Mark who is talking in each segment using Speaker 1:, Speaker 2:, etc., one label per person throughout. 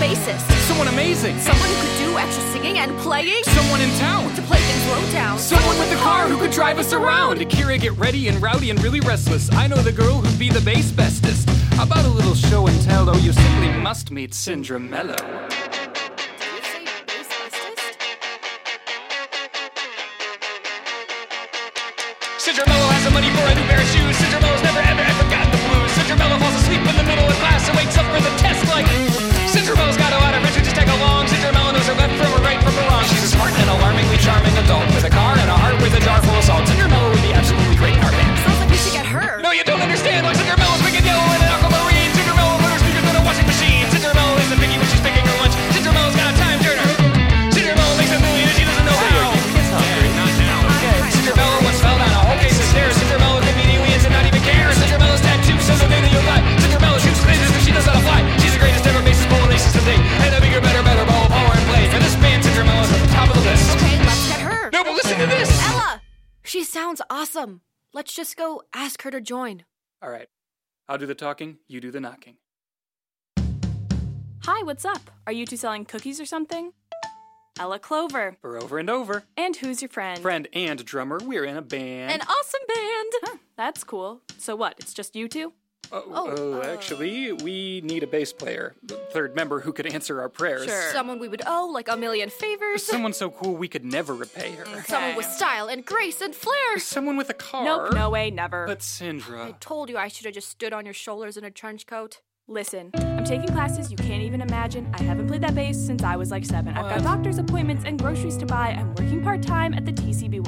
Speaker 1: bassist.
Speaker 2: Someone amazing.
Speaker 1: Someone who could do extra singing and playing.
Speaker 2: Someone in town.
Speaker 1: To play things low down.
Speaker 2: Someone with a car who could drive us around. Akira get ready and rowdy and really restless. I know the girl who'd be the bass bestest. About a little show and tell, oh, you simply must meet Syndromello.
Speaker 1: Did you say bass bestest?
Speaker 2: Cinderella has the money for a new pair of shoes. Cinderella's never ever ever gotten the blues. Cinderella falls asleep in the middle of class and wakes up for the test like. Cinderella's got a lot of riches to tag along. Cinderella knows her left from her right from her wrong. She's a smart and alarmingly charming adult with a car and a heart with a jar full of salt. Cinderella would be absolutely great in our band.
Speaker 1: Sounds like we should get her.
Speaker 2: No, you don't understand. Like Cinderella's big and yellow and an aquamarine. Cinderella put her sneakers in a washing machine. Cinderella isn't picky when she's picking her lunch. Cinderella's got a time turner. Cinderella makes a million and she doesn't know how. Yeah, not now. Cinderella once fell down a whole case of stairs. Cinderella could meet aliens and not even care. Cinderella's tattoo says the thing that you'll die. Cinderella shoots lasers and she knows how to fly. She's the greatest ever basis pollination today. And a bigger, better, better ball, power and play. For this band, Cinderella's at the top of the list.
Speaker 1: Okay, let's get her.
Speaker 2: No, but listen to this.
Speaker 1: Ella! She sounds awesome. Let's just go ask her to join.
Speaker 2: All right. I'll do the talking, you do the knocking.
Speaker 3: Hi, what's up? Are you two selling cookies or something? Ella Clover.
Speaker 2: For over and over.
Speaker 3: And who's your friend?
Speaker 2: Friend and drummer, we're in a band.
Speaker 3: An awesome band! Huh, that's cool. So what? It's just you two?
Speaker 2: oh, oh,
Speaker 3: uh,
Speaker 2: actually, we need a bass player, the third member who could answer our prayers.
Speaker 3: Sure.
Speaker 1: Someone we would owe like a million favors.
Speaker 2: Someone so cool we could never repay her.
Speaker 3: Mm.
Speaker 1: Someone with style and grace and flair.
Speaker 2: Someone with a car.
Speaker 3: Nope, no way, never.
Speaker 2: But Sindra.
Speaker 1: I told you I should have just stood on your shoulders in a trench coat.
Speaker 3: Listen, I'm taking classes you can't even imagine. I haven't played that bass since I was like seven. I've got doctor's appointments and groceries to buy. I'm working part time at the TCBY.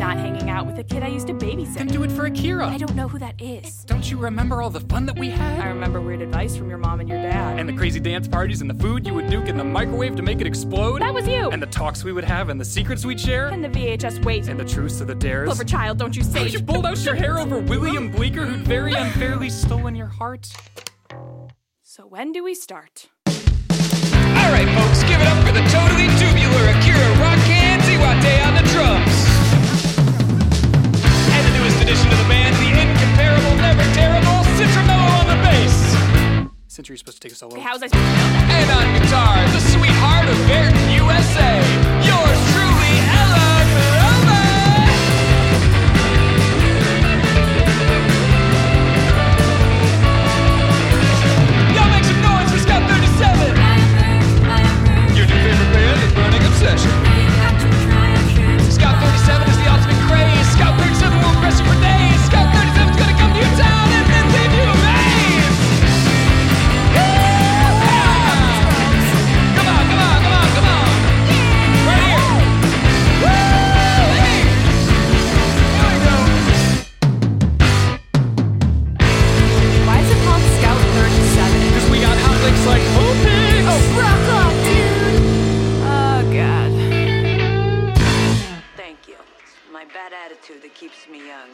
Speaker 3: not hanging out with a kid I used to
Speaker 2: Then
Speaker 3: babysit.
Speaker 2: do it for Akira.
Speaker 3: I don't know who that is.
Speaker 2: Don't you remember all the fun that we
Speaker 3: I
Speaker 2: had?
Speaker 3: remember weird advice from your mom and your dad.
Speaker 2: And the crazy dance parties and the food you would nuke in the microwave to make it explode?
Speaker 3: that was you!
Speaker 2: And the talks we would have and the secrets we'd share?
Speaker 3: And the VHS wait.
Speaker 2: and the truths of the dares?
Speaker 3: Clover child, don't you say
Speaker 2: Did you pulled out your hair over William Bleeker, who'd very unfairly stolen your heart?
Speaker 3: So when do we start?
Speaker 2: All right, folks, give it up for the totally tubular Akira Rockan Ziwate on the drums. And the newest addition to the band, the incomparable, never terrible Citramello on the bass. Since you're supposed to take us all over.
Speaker 3: Okay, how's I supposed to know that?
Speaker 2: And on guitar, the sweetheart of Ayrton, USA, yours truly, Ella Carova. Y'all make some noise for Scout 37! Your new favorite band is Burning Obsession. Scout 37 is the ultimate craze. Scout 37 will impress you for days. Scout 37 is gonna come to your town and then leave you amazed. Yeah! Come on, come on, come on, come on. Right here. Woo! Hey! Here we go.
Speaker 3: Why is it called Scout 37?
Speaker 2: Because we got hot licks like Oh, Opix.
Speaker 3: Rock off, dude! Oh, God.
Speaker 4: Thank you. It's my bad attitude that keeps me young.